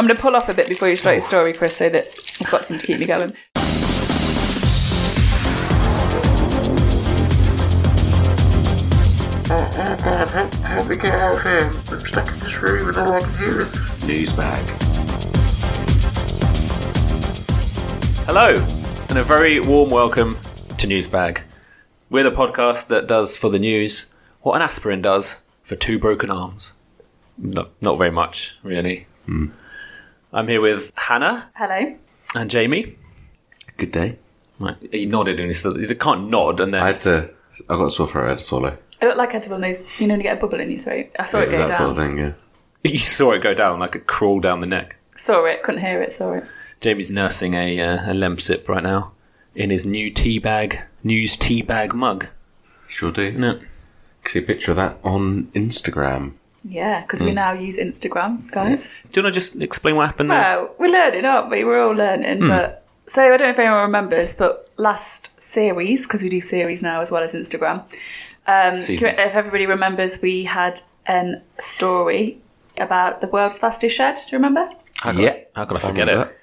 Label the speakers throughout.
Speaker 1: I'm going to pull off a bit before you start your story, Chris, so that I've got something to keep me going.
Speaker 2: help, help me get out of here. I'm stuck in this room and all I can hear is Newsbag.
Speaker 3: Hello, and a very warm welcome to Newsbag. We're the podcast that does for the news what an aspirin does for two broken arms. No, not very much, really. I'm here with Hannah
Speaker 1: Hello.
Speaker 3: and Jamie.
Speaker 2: Good day.
Speaker 3: Right, He nodded and he still he can't nod, and then
Speaker 2: I had to. I got a sore throat. I had to swallow.
Speaker 1: I look like I had one of those, you know, when you get a bubble in your throat. I saw
Speaker 2: Yeah,
Speaker 1: it go
Speaker 2: that
Speaker 1: down.
Speaker 2: sort of thing. Yeah.
Speaker 3: you saw it go down like it crawled down the neck.
Speaker 1: Saw it, couldn't hear it, saw it.
Speaker 3: Jamie's nursing a uh, a lem sip right now in his new tea bag news tea bag mug.
Speaker 2: Sure do.
Speaker 3: No,
Speaker 2: See a picture of that on Instagram.
Speaker 1: Yeah, because we now use Instagram, guys.
Speaker 3: do you want to just explain what happened there?
Speaker 1: Well, we're learning, aren't we? We're all learning. But so I don't know if anyone remembers, but last series because we do series now as well as Instagram. Um,
Speaker 3: Seasons.
Speaker 1: if everybody remembers, we had an story about the world's fastest shed. Do you remember?
Speaker 3: How could I- how could I forget it?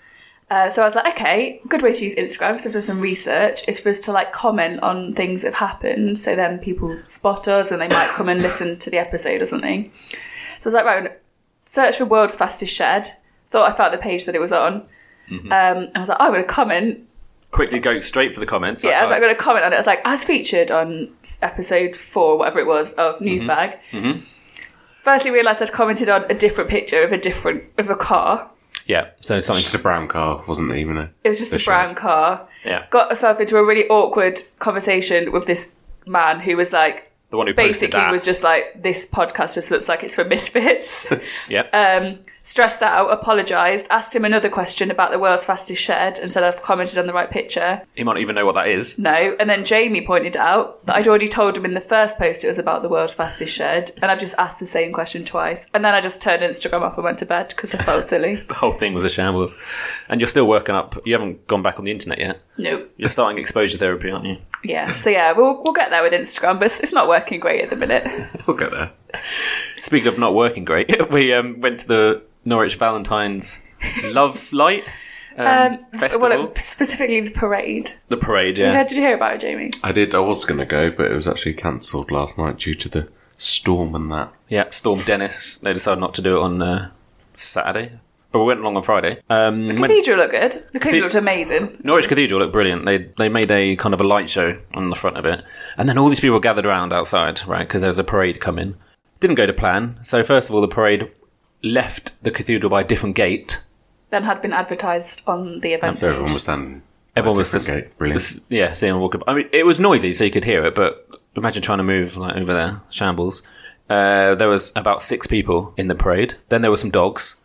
Speaker 1: Uh, so I was like, okay, good way to use Instagram because I've done some research is for us to like comment on things that have happened, so then people spot us and they might come and listen to the episode or something. So I was like, right, I'm gonna search for world's fastest shed. Thought I found the page that it was on,
Speaker 2: Mm-hmm.
Speaker 1: um, and I was like, oh, I'm going to comment.
Speaker 3: Quickly go straight for the comments. Uh,
Speaker 1: Yeah, I was
Speaker 3: Like,
Speaker 1: like, I'm going to comment on it. I was like, as featured on s- episode four, whatever it was,
Speaker 2: Mm-hmm.
Speaker 1: of Newsbag. Firstly, realised I'd commented on a different picture of a different of a car.
Speaker 3: Yeah, so something.
Speaker 2: Just a brown car, wasn't it? Even a.
Speaker 1: It was just
Speaker 2: The
Speaker 1: a brown
Speaker 2: shed.
Speaker 1: car.
Speaker 3: Yeah.
Speaker 1: Got herself into a really awkward conversation with this man who was like,
Speaker 3: the one who posted
Speaker 1: basically
Speaker 3: that.
Speaker 1: was just like, this podcast just looks like it's for misfits.
Speaker 3: yeah.
Speaker 1: um, stressed out, apologised, asked him another question about the world's fastest shed and said I've commented on the right picture.
Speaker 3: he might not even know what that is.
Speaker 1: No. And then Jamie pointed out that I'd already told him in the first post it was about the world's fastest shed and I've just asked the same question twice. And then I just turned Instagram off and went to bed because I felt silly.
Speaker 3: The whole thing was a shambles, and you're still working up. You haven't gone back on the internet yet.
Speaker 1: Nope.
Speaker 3: You're starting exposure therapy, aren't you?
Speaker 1: Yeah. So yeah, we'll we'll get there with Instagram, but it's- it's not working great at the minute.
Speaker 3: We'll get there. Speaking of not working great, we um, went to the Norwich Valentine's Love Light um,
Speaker 1: Um,
Speaker 3: Festival,
Speaker 1: Well, it- specifically the parade.
Speaker 3: the parade.
Speaker 1: You
Speaker 3: Yeah,
Speaker 1: heard- did you hear about it, Jamie?
Speaker 2: I did. I was going to go, but it was actually cancelled last night due to the storm and that.
Speaker 3: yeah. Storm Dennis. They decided not to do it on uh, Saturday, but we went along on Friday. Um, went-
Speaker 1: Cathedral looked good. The cathedral
Speaker 3: Cathe-
Speaker 1: looked amazing.
Speaker 3: Norwich Cathedral looked brilliant. They they made a kind of a light show on the front of it, and then all these people gathered around outside, right? Because there was a parade coming. Didn't go to plan. So first of all, the parade left the cathedral by a different gate.
Speaker 1: Then had been advertised on the event.
Speaker 2: So everyone was standing. at a
Speaker 3: Everyone was
Speaker 2: different
Speaker 3: just
Speaker 2: gate. brilliant.
Speaker 3: was- yeah, seeing them walk up. I mean, it was noisy, so you could hear it. But imagine trying to move like over there, shambles. Uh, there was about six people in the parade. Then there were some dogs.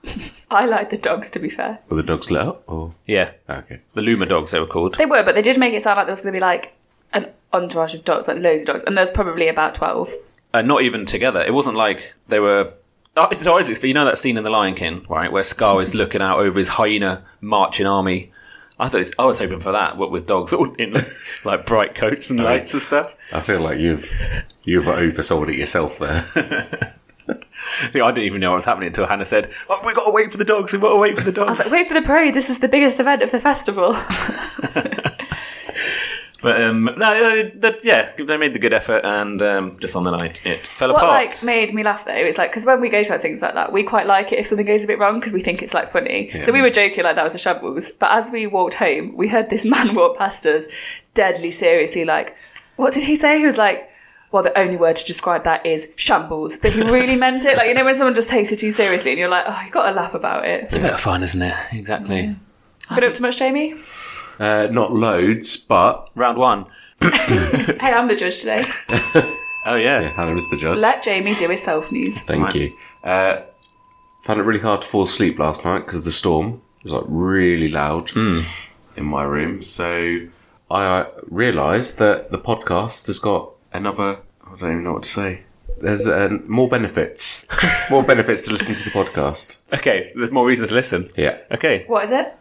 Speaker 1: I like the dogs, to be fair.
Speaker 2: Were the dogs lit up? Or
Speaker 3: Yeah,
Speaker 2: okay.
Speaker 3: the Luma dogs they were called.
Speaker 1: They were, but they did make it sound like there was going to be like an entourage of dogs, like loads of dogs, and there's probably about twelve.
Speaker 3: uh, not even together. It wasn't like they were. Oh, it's Isaac's, but you know that scene in The Lion King, right, where Scar is looking out over his hyena marching army. I thought it was, I was hoping for that, what with dogs all in like bright coats and lights and stuff.
Speaker 2: I feel like you've you've oversold it yourself there.
Speaker 3: I think- I didn't even know what was happening until Hannah said, "Oh, we got to wait for the dogs. We got to wait for the
Speaker 1: I was
Speaker 3: dogs."
Speaker 1: like, wait for the parade. This is the biggest event of the festival.
Speaker 3: but um, no, uh, the, yeah, they made the good effort, and um, just on the night it fell
Speaker 1: What
Speaker 3: apart.
Speaker 1: like made me laugh though is like because when we go to like, things like that, we quite like it if something goes a bit wrong because we think it's like funny. So we were joking like that was a shambles. But as we walked home, we heard this man walk past us, deadly seriously. Like, what did he say? He was like. Well, the only word to describe that is shambles. But he really meant it. Like, you know, when someone just takes it too seriously and you're like, oh, you've got to laugh about it. So,
Speaker 3: a bit of fun, isn't it? Exactly.
Speaker 1: been up to much, Jamie?
Speaker 2: Uh, not loads, but
Speaker 3: Round one.
Speaker 1: Hey, I'm the judge today.
Speaker 3: Oh yeah.
Speaker 2: Hannah is the judge.
Speaker 1: Let Jamie do his self news.
Speaker 2: Thank you. Uh, found it really hard to fall asleep last night because of the storm. It was like really loud
Speaker 1: Hmm.
Speaker 2: in my room, so I uh, realised that the podcast has got another. I don't even know what to say. There's uh, more benefits, more benefits to listen to the podcast.
Speaker 3: Okay, there's more reason to listen.
Speaker 2: Yeah,
Speaker 3: Okay.
Speaker 1: What is it?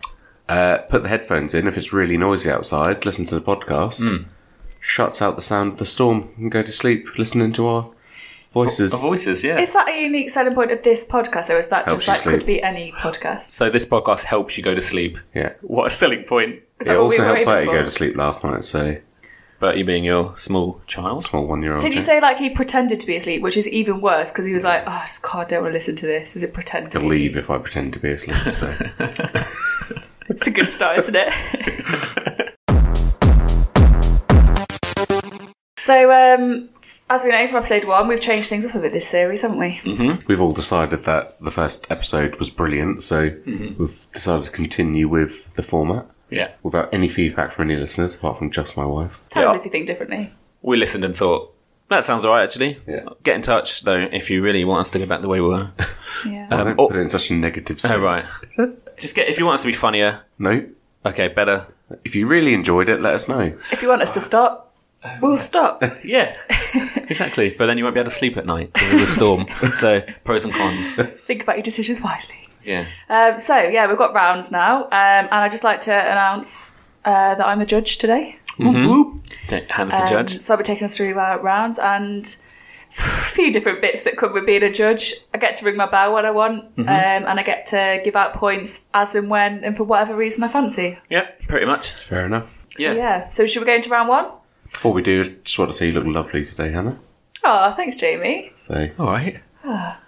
Speaker 2: uh, put the headphones in if it's really noisy outside. Listen
Speaker 1: Hmm.
Speaker 2: to the podcast. Shuts out the sound of the storm and go to sleep listening to our Voices.
Speaker 3: voices, yeah.
Speaker 1: Is that a unique selling point of this podcast, though? Is that
Speaker 2: Helps
Speaker 1: just
Speaker 2: you
Speaker 1: like could
Speaker 2: sleep.
Speaker 1: be any podcast?
Speaker 3: So this podcast helps you go to sleep.
Speaker 2: Yeah.
Speaker 3: What a selling point.
Speaker 1: Is
Speaker 2: It
Speaker 1: that what we
Speaker 2: also
Speaker 1: were
Speaker 2: helped
Speaker 1: aiming
Speaker 2: Bertie
Speaker 1: for?
Speaker 2: go to sleep last night, so
Speaker 3: But you being your small child.
Speaker 2: small one year old.
Speaker 1: Did you say like he pretended to be asleep, which is even worse because he was like, "Oh I just- God, I don't want to listen to this." Is it pretend to be
Speaker 2: leave if I pretend to be asleep? So.
Speaker 1: asleep? It's a good start, isn't it? so, um, as we know from episode one, we've changed things up a bit this series, haven't we?
Speaker 2: We've all decided that the first episode was brilliant, so
Speaker 3: Mm-hmm.
Speaker 2: we've decided to continue with the format
Speaker 3: Yeah.
Speaker 2: without any feedback from any listeners apart from just my wife.
Speaker 1: Tell us
Speaker 3: Yeah.
Speaker 1: if you think differently.
Speaker 3: We listened and thought, that sounds alright actually.
Speaker 2: Yeah.
Speaker 3: Get in touch though if you really want us to go back the way we were.
Speaker 1: Yeah.
Speaker 2: I
Speaker 3: Um,
Speaker 2: don't
Speaker 3: oh-
Speaker 2: put it in such a negative
Speaker 3: oh
Speaker 2: sense.
Speaker 3: right. Just get if you want us to be funnier,
Speaker 2: No.
Speaker 3: okay, better.
Speaker 2: If you really enjoyed it, let us know.
Speaker 1: if you want us to stop, we'll stop.
Speaker 3: Yeah. exactly. But then you won't be able to sleep at night because of the storm. so pros and cons.
Speaker 1: think about your decisions wisely.
Speaker 3: Yeah.
Speaker 1: Um, so yeah, we've got rounds now, um, and I'd just like to announce uh, that I'm the judge today.
Speaker 3: Hannah's the
Speaker 1: Um,
Speaker 3: judge.
Speaker 1: So I'll be taking us through our rounds and a few different bits that come with being a judge. I get to ring my bell when I want, um, and I get to give out points as and when and for whatever reason I fancy.
Speaker 3: Yep, pretty much.
Speaker 2: Fair enough.
Speaker 1: So, yeah. So should we go into round one?
Speaker 2: Before we do, I just want to say you look lovely today, Hannah.
Speaker 1: Oh, thanks, Jamie.
Speaker 2: So
Speaker 3: Alright.
Speaker 1: I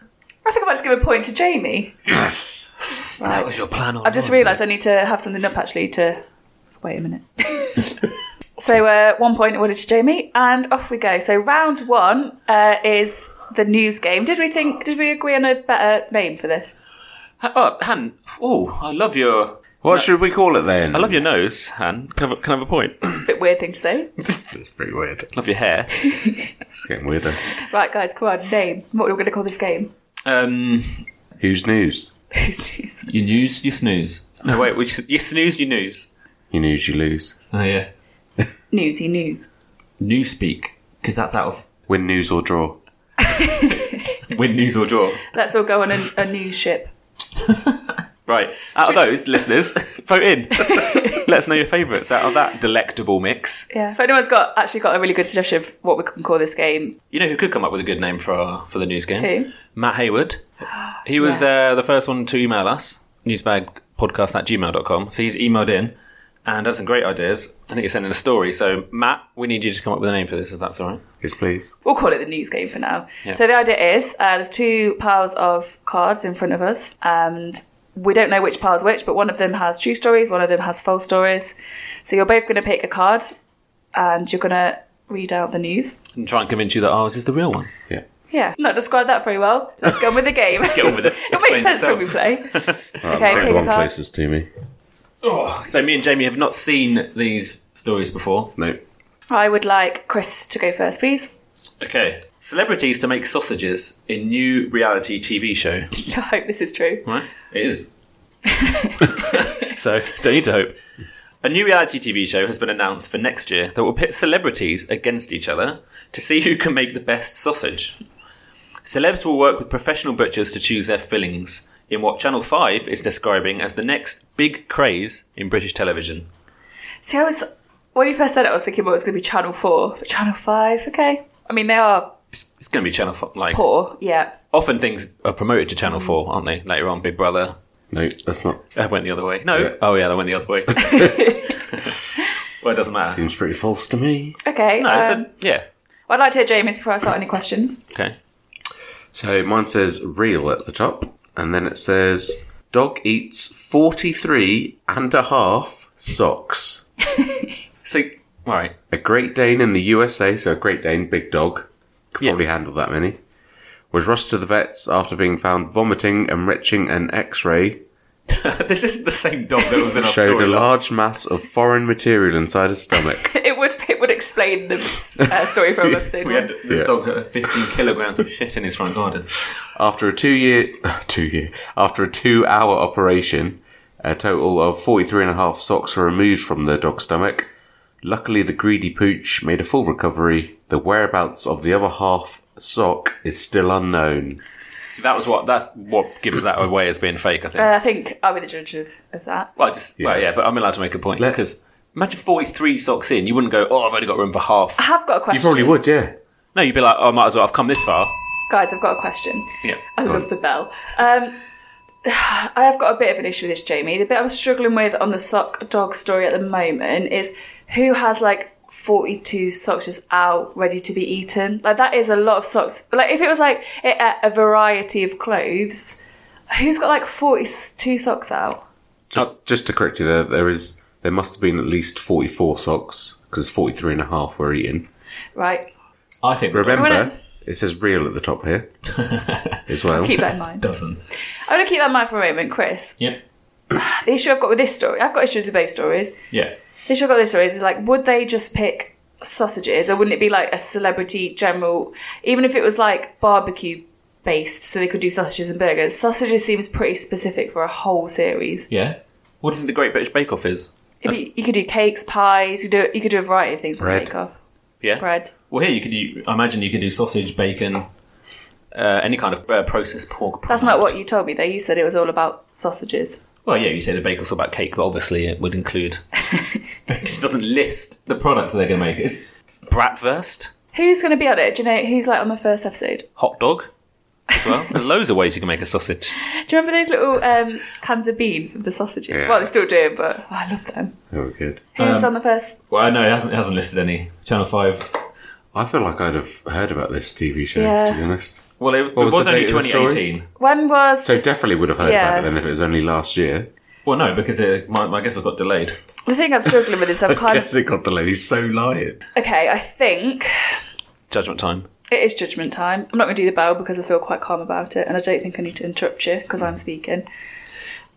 Speaker 1: think I might just give a point to Jamie.
Speaker 3: That was your plan all
Speaker 1: I've just
Speaker 3: along.
Speaker 1: realised I need to have something up actually to. Wait a minute. so, uh, one point awarded to Jamie, and off we go. So, round one uh, is the news game. Did we think, did we agree on a better name for this?
Speaker 3: Oh, Han. Oh, I love your.
Speaker 2: what should we call it then?
Speaker 3: I love your nose, Han. Can I have a, can I have a point?
Speaker 1: Bit weird thing to say.
Speaker 2: It's pretty weird.
Speaker 3: love your hair.
Speaker 2: It's getting weirder.
Speaker 1: Right, guys, come on, name. What are we going to call this game?
Speaker 3: Um,
Speaker 2: Who's news?
Speaker 1: Who's news?
Speaker 3: you news, you snooze. No, wait. We should, you snooze, you news.
Speaker 2: You news, you lose.
Speaker 3: Oh yeah.
Speaker 1: Newsy news.
Speaker 3: News speak because that's out of
Speaker 2: Win news or draw.
Speaker 3: win news or draw.
Speaker 1: Let's all go on a, a news ship.
Speaker 3: Right. Out of those listeners, vote in. Let us know your favourites out of that delectable mix.
Speaker 1: Yeah. If anyone's got actually got a really good suggestion of what we can call this game,
Speaker 3: You know who could come up with a good name for our, for the news game?
Speaker 1: Who?
Speaker 3: Matt Hayward. He was
Speaker 1: Yes.
Speaker 3: uh, the first one to email us, newsbagpodcast at gmail.com. So he's emailed in and had some great ideas. I think he sent in a story. So, Matt, we need you to come up with a name for this, if that's all right.
Speaker 2: Yes, please.
Speaker 1: we'll call it the news game for now. So the idea is uh, there's two piles of cards in front of us, and we don't know which pile's which, but one of them has true stories, one of them has false stories. So you're both going to pick a card, and you're going to read out the news.
Speaker 3: And try and convince you that ours is the real one.
Speaker 2: Yeah.
Speaker 1: Yeah, not described that very well. Let's go on with the game. Let's
Speaker 3: get on with it.
Speaker 1: it makes
Speaker 3: Explains
Speaker 1: sense
Speaker 3: itself.
Speaker 1: when we play.
Speaker 2: Right,
Speaker 1: Okay,
Speaker 2: I'll pick
Speaker 1: pick a
Speaker 2: the one
Speaker 1: card.
Speaker 2: closest to me.
Speaker 3: Oh, so, me and Jamie have not seen these stories before.
Speaker 2: No.
Speaker 1: I would like Chris to go first, please.
Speaker 3: Okay. Celebrities to make sausages in new reality TV show.
Speaker 1: I hope this is true.
Speaker 3: Right? It is. so, don't need to hope. A new reality TV show has been announced for next year that will pit celebrities against each other to see who can make the best sausage. Celebs will work with professional butchers to choose their fillings in what Channel 5 is describing as the next big craze in British television.
Speaker 1: See, I was when you first said it, I was thinking, well, it's going to be Channel Four, but Channel Five. Okay, I mean they are
Speaker 3: It's, it's going to be Channel 5. Like,
Speaker 1: poor. Yeah,
Speaker 3: often things are promoted to
Speaker 2: Mm.
Speaker 3: Channel 4, aren't they? Later on, Big Brother.
Speaker 2: No, that's not.
Speaker 3: That went the other way. No.
Speaker 2: Yeah.
Speaker 3: Oh, yeah, that went the other way. well, it doesn't matter.
Speaker 2: Seems pretty false to me.
Speaker 1: Okay.
Speaker 3: No, it's
Speaker 1: um,
Speaker 3: a, yeah.
Speaker 1: I'd like to hear Jamie's before I start any questions.
Speaker 3: Okay.
Speaker 2: So mine says real at the top, and then it says dog eats 43 and a half socks.
Speaker 3: So, all right.
Speaker 2: A Great Dane in the USA, so a Great Dane, big dog, could
Speaker 3: Yeah.
Speaker 2: probably handle that many, was rushed to the vets after being found vomiting and retching an x ray,
Speaker 3: this isn't the same dog that was in our
Speaker 2: showed
Speaker 3: story
Speaker 2: a
Speaker 3: last.
Speaker 2: large mass of foreign material inside his stomach.
Speaker 1: It would it would explain the uh, story from episode
Speaker 3: We had
Speaker 1: one.
Speaker 3: this
Speaker 2: Yeah.
Speaker 3: dog had 15 kilograms of shit in his front garden.
Speaker 2: after a two year, two year, after a two hour operation, a total of 43 and a half socks were removed from the dog's stomach. Luckily, the greedy pooch made a full recovery. The whereabouts of the other half sock is still unknown.
Speaker 3: So that was what that's what gives that away as being fake. I think.
Speaker 1: Uh, I think I'll be the judge of, of that.
Speaker 3: well, just well,
Speaker 2: yeah.
Speaker 3: yeah, but I'm allowed to make a point
Speaker 2: Let-
Speaker 3: because imagine 43 socks in, you wouldn't go, "Oh, I've only got room for half."
Speaker 1: I have got a
Speaker 2: You
Speaker 1: question.
Speaker 2: probably would, yeah.
Speaker 3: No, you'd be like, "Oh, I might as well. I've come this far."
Speaker 1: Guys, I've got a question.
Speaker 3: Yeah.
Speaker 1: I
Speaker 2: Go
Speaker 1: love
Speaker 2: on.
Speaker 1: the bell. Um, I have got a bit of an issue with this, Jamie. The bit I'm struggling with on the sock dog story at the moment is who has like 42 socks just out ready to be eaten. Like that is a lot of socks. Like if it was like it ate a variety of clothes, who's got like 42 socks out?
Speaker 2: Just,
Speaker 1: Uh,
Speaker 2: just to correct you there, there is there must have been at least 44 socks because 43 and a half were eaten.
Speaker 1: Right.
Speaker 3: I think
Speaker 1: Well,
Speaker 2: Remember,
Speaker 1: it-
Speaker 2: it says real at the top here as well.
Speaker 1: Keep that in mind.
Speaker 3: doesn't.
Speaker 1: I'm going to keep that in mind for a moment, Chris.
Speaker 3: Yeah.
Speaker 1: The issue I've got with this story, I've got issues with both stories.
Speaker 3: Yeah.
Speaker 1: They should have got this story. Is like, would they just pick sausages, or wouldn't it be like a celebrity general? Even if it was like barbecue based, so they could do sausages and burgers. Sausages seems pretty specific for a whole series.
Speaker 3: Yeah. What do you think the Great British Bake Off is?
Speaker 1: If you, you could do cakes, pies. You could do you could do a variety of things. on
Speaker 2: Bread.
Speaker 1: Bake Off.
Speaker 3: Yeah.
Speaker 1: bread.
Speaker 3: Well, here you could. Do, I imagine you could do sausage, bacon, uh, any kind of uh, processed pork. Product.
Speaker 1: That's not what you told me though. You said it was all about sausages.
Speaker 3: Well, yeah, you say the bake off's about cake, but obviously it would include. it doesn't list the products that they're going to make. It's bratwurst,
Speaker 1: Who's going to be on it? Do you know who's like on the first episode?
Speaker 3: hot dog. As well, there's loads of ways you can make a sausage.
Speaker 1: Do you remember those little um, cans of beans with the sausages?
Speaker 2: Yeah.
Speaker 1: Well, they still do, but oh, I love them.
Speaker 2: Very good.
Speaker 1: Who's
Speaker 3: Um,
Speaker 1: on the first?
Speaker 3: Well, no, it hasn't. It hasn't listed any. Channel Five.
Speaker 2: I feel like I'd have heard about this TV show,
Speaker 1: Yeah.
Speaker 2: to be honest.
Speaker 3: Well, it,
Speaker 2: What
Speaker 3: it
Speaker 2: was
Speaker 3: was
Speaker 2: the
Speaker 3: only
Speaker 2: date of the story?
Speaker 3: 2018.
Speaker 1: When was
Speaker 2: So
Speaker 1: this-
Speaker 2: definitely would have heard
Speaker 1: Yeah.
Speaker 2: about it then if it was only last year.
Speaker 3: Well, no, because it, my, my guess was got delayed.
Speaker 1: The thing I'm struggling with is I'm kind of
Speaker 2: Guess it got the lady so lying.
Speaker 1: Okay, I think
Speaker 3: Judgment time.
Speaker 1: it is judgment time. I'm not going to do the bell because I feel quite calm about it, and I don't think I need to interrupt you because I'm speaking.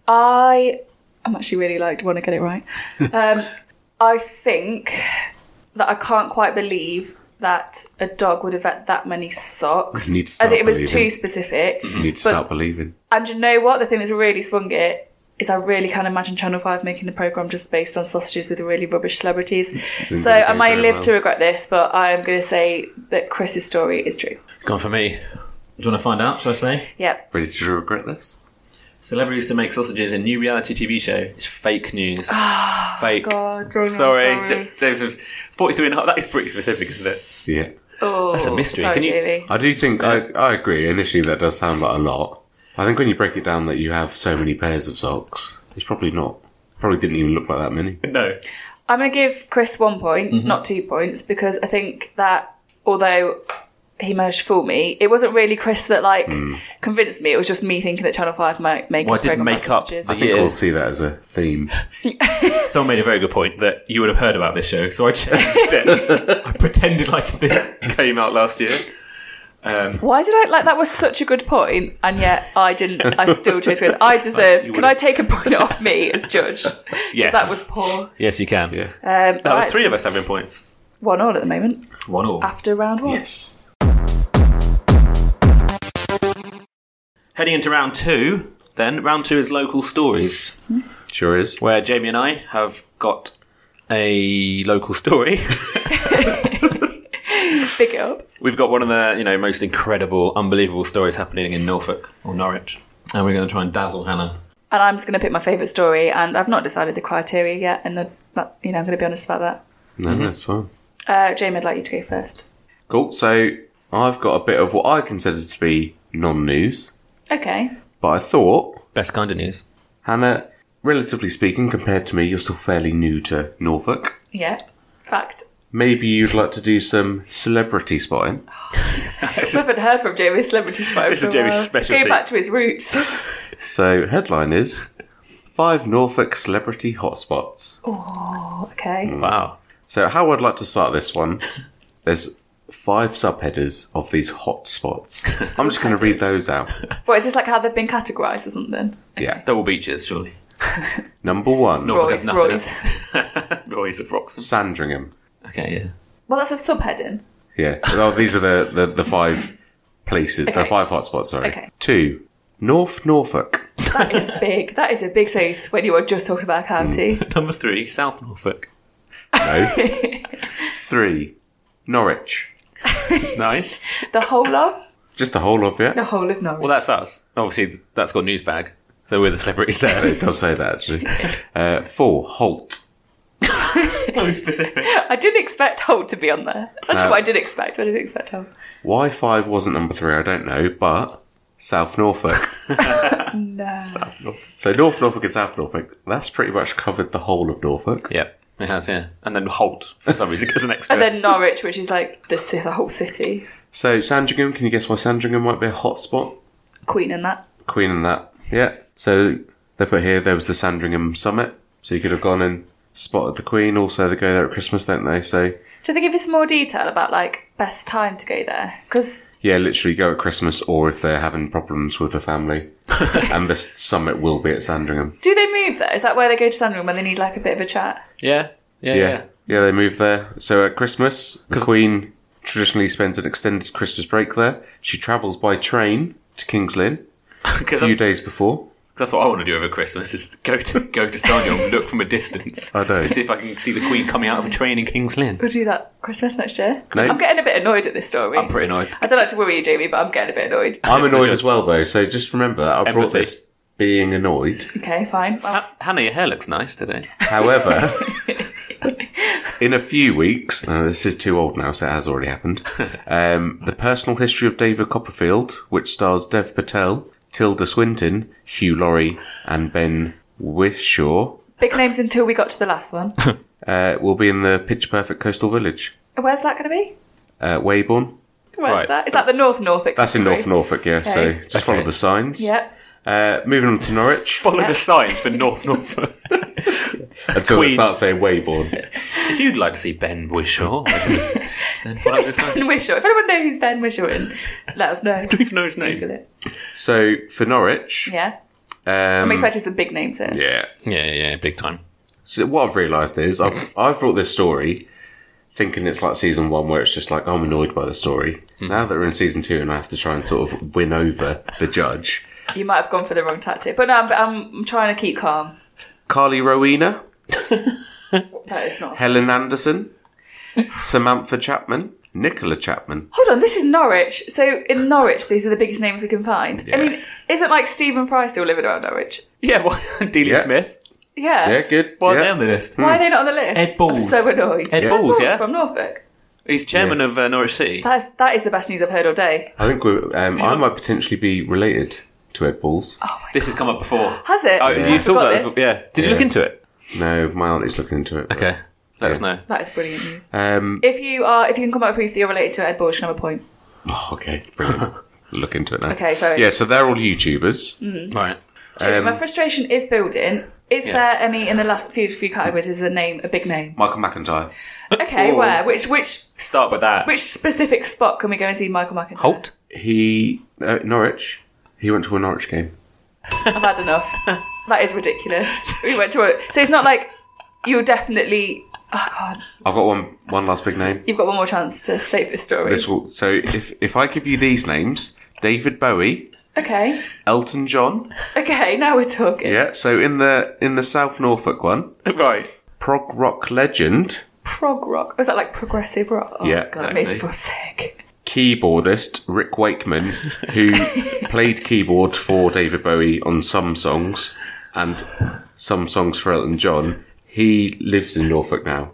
Speaker 1: I I'm actually really like want to get it right. Um, I think that I can't quite believe that a dog would have had that many socks.
Speaker 2: You need to
Speaker 1: I
Speaker 2: start
Speaker 1: think it was
Speaker 2: believing.
Speaker 1: too specific.
Speaker 2: You need to
Speaker 1: But-
Speaker 2: start believing.
Speaker 1: And you know what? The thing that's really swung it is I really can't imagine Channel 5 making a programme just based on sausages with really rubbish celebrities.
Speaker 2: Didn't
Speaker 1: so
Speaker 2: really
Speaker 1: I
Speaker 2: go
Speaker 1: might
Speaker 2: very
Speaker 1: live
Speaker 2: well.
Speaker 1: to regret this, but I'm going to say that Chris's story is true.
Speaker 3: Gone for me. Do you want to find out? Shall I say?
Speaker 1: Yep.
Speaker 2: Ready to regret this?
Speaker 3: Celebrities to make sausages in new reality TV show is fake news. fake.
Speaker 1: God,
Speaker 3: sorry,
Speaker 1: Jordan, I'm sorry.
Speaker 3: J- James was 43 and a half. That is pretty specific, isn't it?
Speaker 2: Yeah.
Speaker 1: Oh,
Speaker 3: That's a mystery.
Speaker 1: Sorry,
Speaker 3: Can you-
Speaker 1: Jamie.
Speaker 2: I do think I, I agree. Initially, that does sound like a lot. I think when you break it down that you have so many pairs of socks, it's probably not. Probably didn't even look like that many.
Speaker 3: No.
Speaker 1: I'm going to give Chris one point,
Speaker 3: Mm-hmm.
Speaker 1: not two points, because I think that although he managed to fool me, it wasn't really Chris that like convinced me. It was just me thinking that Channel 5 might make
Speaker 3: Hmm. Well, I
Speaker 1: a
Speaker 3: didn't
Speaker 1: programme about
Speaker 3: make up
Speaker 1: sausages.
Speaker 2: I think
Speaker 3: Yeah.
Speaker 2: we'll see that as a theme.
Speaker 3: Someone made a very good point that you would have heard about this show, so I changed it. I pretended like this came out last year. Um,
Speaker 1: Why did I like that was such a good point, and yet I didn't. I still chose with. I deserve.
Speaker 3: You
Speaker 1: can I
Speaker 3: would've-
Speaker 1: take a point off me as judge? 'Cause
Speaker 3: Yes.
Speaker 1: that was poor.
Speaker 3: yes, you can.
Speaker 2: Yeah.
Speaker 1: Um,
Speaker 3: That was three of us having points.
Speaker 1: One all at the moment
Speaker 3: One all.
Speaker 1: after round one.
Speaker 3: Yes. Heading into round two, then round two is local stories,
Speaker 2: Sure is.
Speaker 3: where Jamie and I have got a local story.
Speaker 1: Pick it up.
Speaker 3: We've got one of the you know most incredible, unbelievable stories happening in Norfolk or Norwich, and we're going to try and dazzle Hannah.
Speaker 1: And I'm just going to pick my favourite story, and I've not decided the criteria yet, and I, that, you know I'm going to be honest about that.
Speaker 2: No, that's fine.
Speaker 1: Uh, Jamie, I'd like you to go first.
Speaker 2: Cool. So I've got a bit of what I consider to be non-news,
Speaker 1: Okay.
Speaker 2: but I thought
Speaker 3: Best kind of news.
Speaker 2: Hannah, relatively speaking, compared to me, you're still fairly new to Norfolk.
Speaker 1: Yeah. Fact.
Speaker 2: Maybe you'd like to do some celebrity spotting.
Speaker 1: We haven't heard from Jamie's celebrity spy.
Speaker 3: This
Speaker 1: for
Speaker 3: is
Speaker 1: a
Speaker 3: Jamie's
Speaker 1: while.
Speaker 3: specialty.
Speaker 1: Go back to his roots.
Speaker 2: So headline is five Norfolk celebrity hotspots.
Speaker 1: Oh, okay.
Speaker 3: Wow.
Speaker 2: So how I'd like to start this one, there's five subheaders of these hotspots. I'm just going to read those out.
Speaker 3: Mm.
Speaker 1: Well, is this like how they've been categorised or something?
Speaker 2: Yeah.
Speaker 3: Double beaches, surely.
Speaker 2: Number one,
Speaker 3: Norfolk has nothing.
Speaker 1: Roy's,
Speaker 3: else. Roy's of Wroxham.
Speaker 2: Sandringham.
Speaker 3: Okay, yeah.
Speaker 1: Well, that's a subheading.
Speaker 2: Yeah. Oh, these are the, the, the five places, the
Speaker 1: Okay.
Speaker 2: five hotspots, sorry.
Speaker 1: Okay.
Speaker 2: Two, North Norfolk.
Speaker 1: That is big. That is a big space when you were just talking about a county.
Speaker 3: Number three, South Norfolk.
Speaker 2: No. Three, Norwich.
Speaker 3: nice.
Speaker 1: the whole of?
Speaker 2: Just the whole of it.
Speaker 1: The whole of Norwich.
Speaker 3: Well, that's us. Obviously, that's got news bag, so we're the celebrities there.
Speaker 2: It does say that, actually. Uh, four, Holt.
Speaker 3: Too specific.
Speaker 1: I didn't expect Holt to be on there. That's
Speaker 2: No.
Speaker 1: what I did expect. but I didn't expect Holt.
Speaker 2: Why five wasn't number three, I don't know, but South Norfolk.
Speaker 1: No.
Speaker 2: so North Norfolk and South Norfolk, that's pretty much covered the whole of Norfolk.
Speaker 4: Yeah, it has. Yeah, and then Holt for some reason gets an extra.
Speaker 1: And then Norwich, which is like the, ci- the whole city,
Speaker 2: So Sandringham, can you guess why Sandringham might be a hot spot?
Speaker 1: Queen and that.
Speaker 2: Queen and that. Yeah. So they put here there was the Sandringham Summit, so you could have gone and spotted the Queen. Also, they go there at Christmas, don't they? So
Speaker 1: Should they give you some more detail about like best time to go there? Because
Speaker 2: yeah, literally go at Christmas, or if they're having problems with the family, and this summit will be at Sandringham.
Speaker 1: do they move there? Is that where they go to Sandringham when they need like a bit of a chat?
Speaker 4: yeah, yeah,
Speaker 2: Yeah.
Speaker 4: yeah.
Speaker 2: yeah. they move there. So at Christmas, the Queen traditionally spends an extended Christmas break there. She travels by train to King's Lynn
Speaker 3: Because
Speaker 2: a few
Speaker 3: that's,
Speaker 2: days before.
Speaker 3: that's what I want to do over Christmas is go to go to Sarnia and look from a distance
Speaker 2: I know.
Speaker 3: to see if I can see the Queen coming out of a train in King's Lynn.
Speaker 1: We'll do that Christmas next year.
Speaker 2: No.
Speaker 1: I'm getting a bit annoyed at this story.
Speaker 4: I'm pretty annoyed.
Speaker 1: I don't like to worry you, Jamie, but I'm getting a bit annoyed.
Speaker 2: I'm annoyed as well, though. So just remember that I brought
Speaker 3: Empathy.
Speaker 2: this being annoyed.
Speaker 1: Okay, fine. Well,
Speaker 3: Hannah, your hair looks nice today.
Speaker 2: However, in a few weeks, no, this is too old now, so it has already happened. Um, the personal history of David Copperfield, which stars Dev Patel, Tilda Swinton, Hugh Laurie, and Ben Wishaw,
Speaker 1: big names until we got to the last one.
Speaker 2: uh, will be in the picture perfect coastal village,
Speaker 1: Where's that going to be?
Speaker 2: uh, Weybourne.
Speaker 1: Where's
Speaker 4: Right.
Speaker 1: that? Is that the North Norfolk?
Speaker 2: That's in
Speaker 1: Sorry.
Speaker 2: North Norfolk, yeah. So
Speaker 1: Okay.
Speaker 2: just follow the signs.
Speaker 1: Yep.
Speaker 2: Uh, moving on to Norwich
Speaker 3: Follow the signs for North Norfolk.
Speaker 2: until
Speaker 3: Queen.
Speaker 2: it starts saying Weybourne.
Speaker 3: if you'd like to see Ben Wishaw, then follow the
Speaker 1: Who's
Speaker 3: signs.
Speaker 1: Ben Wishaw? If anyone knows who's Ben Wishaw is, let us know.
Speaker 3: Don't even know his
Speaker 1: Google
Speaker 3: name.
Speaker 1: it.
Speaker 2: So for Norwich,
Speaker 1: Yeah.
Speaker 2: um,
Speaker 1: I'm expecting some big names here.
Speaker 2: yeah,
Speaker 3: Yeah, yeah, yeah, big time.
Speaker 2: So what I've realised is I've I've brought this story thinking it's like season one where it's just like I'm annoyed by the story.
Speaker 1: Hmm.
Speaker 2: Now that we're in season two and I have to try and sort of win over the judge.
Speaker 1: You might have gone for the wrong tactic. But no, I'm, I'm trying to keep calm.
Speaker 2: Carly Rowena,
Speaker 1: That is not.
Speaker 2: Helen Anderson, Samantha Chapman, Nicola Chapman.
Speaker 1: Hold on, this is Norwich. So in Norwich, these are the biggest names we can find. I mean, isn't like Stephen Fry still living around Norwich?
Speaker 3: Yeah, well, Dealey
Speaker 2: Yeah.
Speaker 3: Smith.
Speaker 1: Yeah.
Speaker 2: Yeah, good.
Speaker 3: Why are they
Speaker 2: yeah.
Speaker 3: on the list?
Speaker 1: Why are they not on the list?
Speaker 3: Ed Balls.
Speaker 1: I'm so annoyed.
Speaker 3: Ed Balls, yeah?
Speaker 1: from Norfolk.
Speaker 3: He's chairman of uh, Norwich City.
Speaker 1: That is, that is the best news I've heard all day.
Speaker 2: I think we're, um, I might potentially be related to Ed Balls.
Speaker 1: Oh my
Speaker 3: This has come up before.
Speaker 1: Has it?
Speaker 3: Oh,
Speaker 1: I
Speaker 3: you thought
Speaker 1: forgot
Speaker 3: that
Speaker 1: this.
Speaker 3: was, yeah. Did you
Speaker 2: Yeah.
Speaker 3: look into it?
Speaker 2: No, my aunt is looking into it. but-
Speaker 3: Okay. Let us know.
Speaker 1: That is brilliant news.
Speaker 2: Um,
Speaker 1: If you are, if you can come up with proof that you're related to Ed Balls, you can have a point.
Speaker 2: oh, okay, brilliant. Look into it now.
Speaker 1: Okay, sorry. Mm-hmm.
Speaker 2: Yeah, so they're all YouTubers.
Speaker 3: Right.
Speaker 1: Jamie,
Speaker 2: Um,
Speaker 1: my frustration is building. Is
Speaker 3: Yeah.
Speaker 1: there any in the last few few categories? Is a name a big name?
Speaker 2: Michael McIntyre.
Speaker 1: Okay,
Speaker 2: Oh.
Speaker 3: Or-
Speaker 1: where? Which which
Speaker 3: Start with that.
Speaker 1: which specific spot can we go and see Michael McIntyre?
Speaker 3: Holt?
Speaker 2: He uh, Norwich. He went to a Norwich game.
Speaker 1: I've had enough. that is ridiculous. We went to a so it's not like you're definitely. Oh God,
Speaker 2: I've got one one last big name.
Speaker 1: you've got one more chance to save this story.
Speaker 2: This will, so if if I give you these names, David Bowie,
Speaker 1: Okay,
Speaker 2: Elton John.
Speaker 1: okay, now we're talking.
Speaker 2: Yeah. So in the in the South Norfolk one,
Speaker 3: Right.
Speaker 2: prog rock legend,
Speaker 1: Prog rock. Was that like progressive rock? Oh,
Speaker 2: Yeah,
Speaker 1: God, that makes me feel
Speaker 3: exactly.
Speaker 1: sick.
Speaker 2: keyboardist Rick Wakeman, who played keyboard for David Bowie on some songs and some songs for Elton John. He lives in Norfolk now.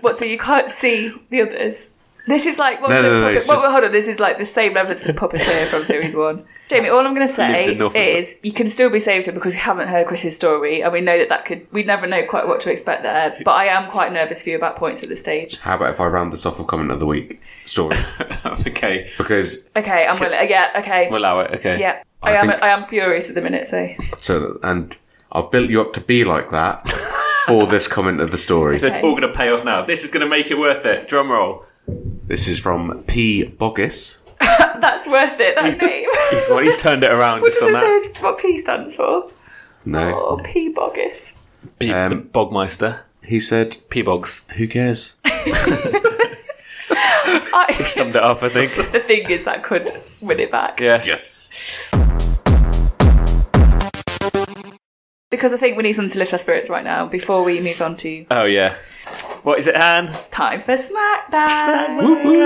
Speaker 1: What? So you can't see the others? This is like what's
Speaker 2: No,
Speaker 1: the
Speaker 2: no, no,
Speaker 1: puppet?
Speaker 2: it's
Speaker 1: well,
Speaker 2: just-
Speaker 1: well, hold on. This is like the same level as the puppeteer from series one. Jamie, all I'm going to
Speaker 3: Lived
Speaker 1: say
Speaker 3: in Norfolk.
Speaker 1: is you can still be saved here because we haven't heard Chris's story, and we know that that could. We never know quite what to expect there, but I am quite nervous for you about points at this stage.
Speaker 2: How about if I round this off with comment of the week story?
Speaker 3: okay.
Speaker 2: Because
Speaker 1: Okay, I'm willing. Yeah, okay,
Speaker 3: We'll allow it. Okay.
Speaker 1: yeah.
Speaker 2: I
Speaker 1: I, am.
Speaker 2: think-
Speaker 1: I am furious at the minute. So
Speaker 2: So, and I've built you up to be like that for this comment of the story.
Speaker 3: It's all going to pay off now. This is going to make it worth it. Drum roll.
Speaker 2: This is from P. Boggis.
Speaker 1: that's worth it. That name.
Speaker 3: Well, he's turned it around
Speaker 1: what
Speaker 3: just
Speaker 1: does it
Speaker 3: on
Speaker 1: say?
Speaker 3: that.
Speaker 1: is- What P stands for?
Speaker 2: No.
Speaker 1: Oh, P Boggis.
Speaker 3: P-
Speaker 2: Um,
Speaker 3: the Bogmeister.
Speaker 2: He said,
Speaker 3: P-Bogs.
Speaker 2: Who cares?
Speaker 1: I,
Speaker 3: Summed it up, I think.
Speaker 1: the thing is, that could win it back.
Speaker 3: Yeah.
Speaker 2: Yes.
Speaker 1: Because I think we need something to lift our spirits right now before we move on to
Speaker 3: Oh, yeah. What is it, Anne?
Speaker 1: time for snack bag.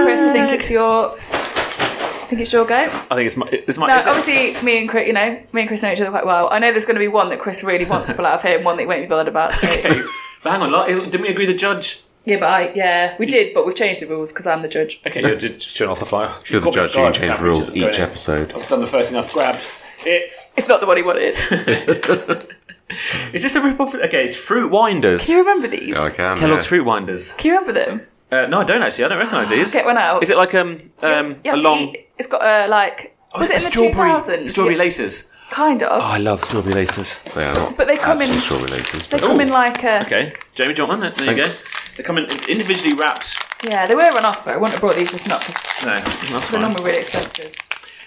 Speaker 1: Chris, I think it's your. I think it's your go.
Speaker 3: I think it's my. It's my
Speaker 1: Now,
Speaker 3: is it?
Speaker 1: obviously, me and Chris, you know, me and Chris know each other quite well. I know there's going to be one that Chris really wants to pull out of here, and one that he won't be bothered about. So.
Speaker 3: But hang on, like, didn't we agree the judge?
Speaker 1: Yeah, but I yeah we did, but we've changed the rules because I'm the judge.
Speaker 4: Okay, you did just turn off the fire.
Speaker 2: You're the
Speaker 3: Copy
Speaker 2: judge, you can
Speaker 3: guard
Speaker 2: change
Speaker 3: averages
Speaker 2: rules
Speaker 3: of
Speaker 2: each
Speaker 3: going.
Speaker 2: episode.
Speaker 3: I've done the first thing I've grabbed. It's
Speaker 1: It's not the one he wanted. Do
Speaker 3: is this a rip off? Okay, it's Fruit Winders.
Speaker 1: you remember these?
Speaker 2: I can.
Speaker 3: Kellogg's
Speaker 2: yeah.
Speaker 3: Fruit Winders.
Speaker 1: Can you remember them?
Speaker 3: Uh, no, I don't actually. I don't recognise these.
Speaker 1: Get one out.
Speaker 3: Is it like um um
Speaker 1: You have
Speaker 3: a
Speaker 1: to
Speaker 3: long? Oh,
Speaker 1: eat- It's got a like. was it in the two
Speaker 3: strawberry,
Speaker 1: thousands?
Speaker 3: Strawberry Oh, laces.
Speaker 1: Kind of.
Speaker 3: I love strawberry laces.
Speaker 2: They are not
Speaker 1: But they come in-
Speaker 2: actually Strawberry laces,
Speaker 1: they
Speaker 2: but-
Speaker 1: come in like a.
Speaker 3: oh. Okay, Jamie, do you want one? There you go. They come in individually wrapped.
Speaker 1: Yeah, they were on offer. I wouldn't have brought these if not because
Speaker 3: No, that's
Speaker 1: the long
Speaker 3: fine.
Speaker 1: were really expensive.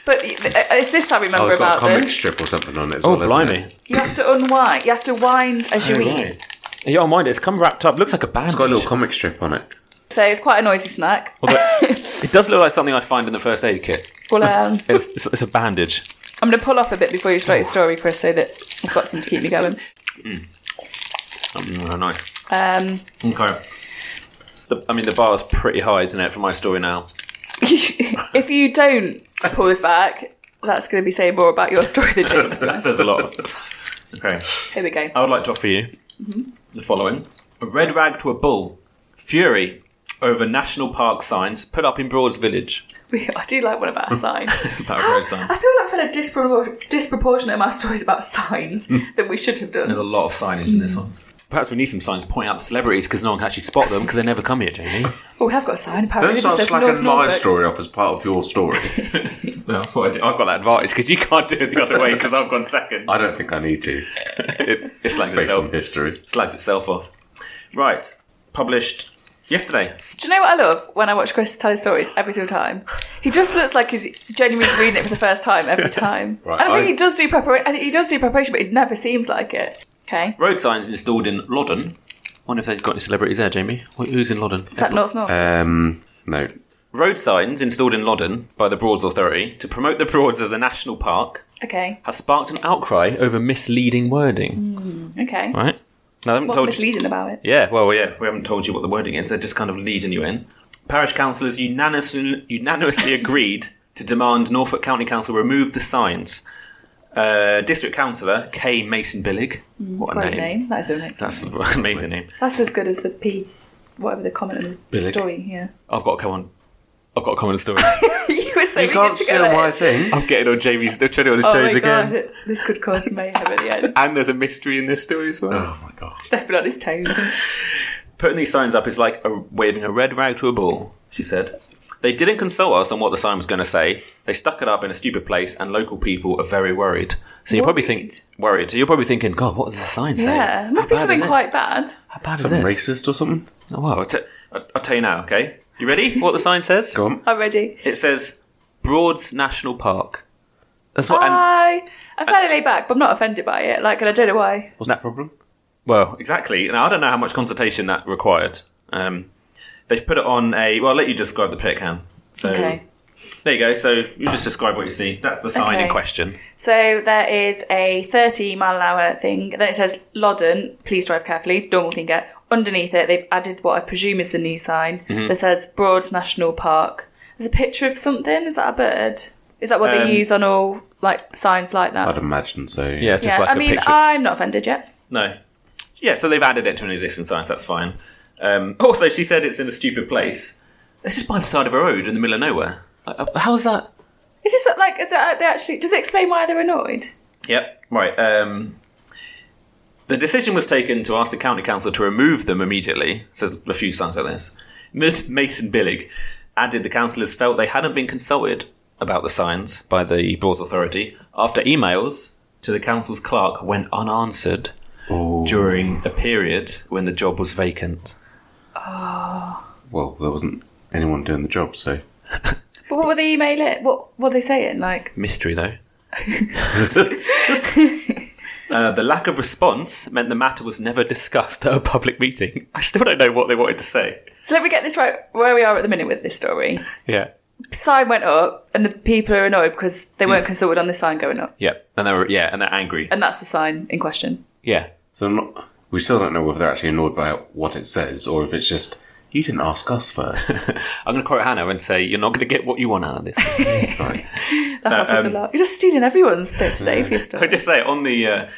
Speaker 1: But the- the- uh, it's this I remember
Speaker 2: Oh, it's got a
Speaker 1: about
Speaker 2: comic
Speaker 1: them.
Speaker 2: strip or something on it as
Speaker 4: Oh,
Speaker 2: well. isn't
Speaker 4: blimey.
Speaker 2: It?
Speaker 1: You have to unwind. You have to wind as you
Speaker 3: Oh,
Speaker 1: eat.
Speaker 4: Yeah, I don't mind it. It's come wrapped up. Looks like a bandage.
Speaker 2: It's got a little comic strip on it.
Speaker 1: So it's quite a noisy snack.
Speaker 4: Although-
Speaker 3: It does look like something I find in the first aid kit.
Speaker 1: Well, um,
Speaker 4: it's, it's, it's a bandage.
Speaker 1: I'm going to pull off a bit before you start your story, Chris, so that I've got some to keep me going.
Speaker 3: Mm, oh, nice.
Speaker 1: Um,
Speaker 3: Okay. The, I mean, the bar's pretty high, isn't it, for my story now?
Speaker 1: if you don't pause back, that's going to be saying more about your story than James.
Speaker 3: That says a lot. okay.
Speaker 1: Here we go.
Speaker 3: I would like to offer you the following A red rag to a bull. Fury over national park signs put up in Broads Village.
Speaker 1: We, I do like one about a sign.
Speaker 3: About a road sign.
Speaker 1: I feel like we've had a dispropor- disproportionate amount of stories about signs that we should have
Speaker 3: There's
Speaker 1: done.
Speaker 3: a lot of signage in this
Speaker 1: Hmm.
Speaker 3: one. Perhaps we need some signs pointing out the celebrities because no one can actually spot them because they never come here, Jamie.
Speaker 1: Oh, we have got a sign apparently.
Speaker 2: Don't
Speaker 1: It just
Speaker 2: start
Speaker 1: says
Speaker 2: slacking
Speaker 1: North
Speaker 2: my
Speaker 1: Norfolk.
Speaker 2: story off as part of your story.
Speaker 3: No, that's what I do. I've got that advantage because you can't do it the other way because I've gone second.
Speaker 2: I don't think I need to,
Speaker 3: it, it slags
Speaker 2: based on
Speaker 3: itself.
Speaker 2: history.
Speaker 3: slags itself off. Right, published yesterday.
Speaker 1: Do you know what I love when I watch Chris tell his stories every single time? He just looks like he's genuinely reading it for the first time every time.
Speaker 2: Right,
Speaker 1: and I think
Speaker 2: I-
Speaker 1: he does do preparation. I think he does do preparation, but it never seems like it. Okay,
Speaker 3: Road signs installed in Loddon. Wonder if they've got any celebrities there, Jamie. Wh- Who's in Loddon?
Speaker 1: is that North North?
Speaker 3: Uh,
Speaker 2: Um, no.
Speaker 3: Road signs installed in Loddon by the Broads Authority to promote the Broads as a national park
Speaker 1: okay,
Speaker 3: have sparked an outcry over misleading wording.
Speaker 1: okay.
Speaker 3: Right? Now, I haven't
Speaker 1: Hmm. What's
Speaker 3: told you.
Speaker 1: misleading about it?
Speaker 3: Yeah, well, yeah, we haven't told you what the wording is. They're just kind of leading you in. Parish councillors unanimously, unanimously agreed to demand Norfolk County Council remove the signs. Uh, District Councillor K. Mason Billig. what a
Speaker 1: Mm, Great
Speaker 3: name.
Speaker 1: name. That is an excellent.
Speaker 3: That's an amazing name.
Speaker 1: That's as good as the P, whatever the comment in the story. Yeah,
Speaker 3: I've got to come on. I've got to come on a story.
Speaker 1: you were so
Speaker 2: You can't steal my thing.
Speaker 3: I'm getting on Jamie's. They're treading on his
Speaker 1: Oh
Speaker 3: toes
Speaker 1: my
Speaker 3: again.
Speaker 1: god, this could cause mayhem at the end.
Speaker 3: And there's a mystery in this story as well.
Speaker 2: Oh my god.
Speaker 1: Stepping on his toes.
Speaker 3: Putting these signs up is like a, waving a red rag to a bull, she said. They didn't consult us on what the sign was going to say. They stuck it up in a stupid place, and local people are very worried. So you probably think worried. So you're probably thinking, God, what does the sign say?
Speaker 1: Yeah, must be
Speaker 3: How bad is
Speaker 1: something
Speaker 3: this?
Speaker 1: quite bad.
Speaker 3: How bad is
Speaker 2: Something
Speaker 3: this?
Speaker 2: racist or something?
Speaker 3: Oh, wow, it's a- I- I'll tell you now. Okay, you ready? What the sign says?
Speaker 2: Go on.
Speaker 1: I'm ready.
Speaker 3: It says Broads National Park. That's what. and,
Speaker 1: I, I'm fairly laid back, but I'm not offended by it. Like, and I don't know why.
Speaker 2: What's that problem?
Speaker 3: Well, exactly. Now I don't know how much consultation that required. Um, they've put it on a. Well, I'll let you describe the pit cam. So
Speaker 1: Okay.
Speaker 3: there you go. So you just describe what you see. That's the sign in
Speaker 1: Okay.
Speaker 3: question.
Speaker 1: So there is a 30 mile an hour thing. Then it says Loddon, please drive carefully. Normal thing get underneath it. They've added what I presume is the new sign that says Broad National Park. There's a picture of something. Is that a bird? Is that what
Speaker 3: Um,
Speaker 1: they use on all like signs like that?
Speaker 2: I'd imagine so.
Speaker 4: Yeah, it's just
Speaker 1: yeah,
Speaker 4: like
Speaker 1: I
Speaker 4: a
Speaker 1: mean,
Speaker 4: picture.
Speaker 1: I'm not offended yet.
Speaker 3: No. Yeah. So they've added it to an existing sign. So that's fine. Um, also, she said it's in a stupid place. It's just by the side of a road in the middle of nowhere. Like, uh, how's that?
Speaker 1: Is this like is that, they actually? Does it explain why they're annoyed?
Speaker 3: Yep. Right. Um, the decision was taken to ask the county council to remove them immediately. Says a few signs like this. Ms. Mason Billig added the councillors felt they hadn't been consulted about the signs by the Broads Authority after emails to the council's clerk went unanswered
Speaker 2: Oh,
Speaker 3: during a period when the job was vacant.
Speaker 2: Well, there wasn't anyone doing the job, so.
Speaker 1: But what were they emailing? What were they saying? Like,
Speaker 3: Mystery, though. uh, the lack of response meant the matter was never discussed at a public meeting. I still don't know what they wanted to say.
Speaker 1: so let me get this right. Where we are at the minute with this story.
Speaker 3: Yeah.
Speaker 1: sign went up and the people are annoyed because they weren't consulted on the sign going up.
Speaker 3: Yeah. And they were, yeah, and they're angry.
Speaker 1: And that's the sign in question.
Speaker 3: Yeah.
Speaker 2: So I'm not, we still don't know whether they're actually annoyed by what it says or if it's just, you didn't ask us first.
Speaker 3: I'm going to quote Hannah and say, you're not going to get what you want out of this.
Speaker 2: right.
Speaker 1: That happens a lot. You're just stealing everyone's bit today for your
Speaker 3: Uh, um, I
Speaker 1: story.
Speaker 3: just say on the uh,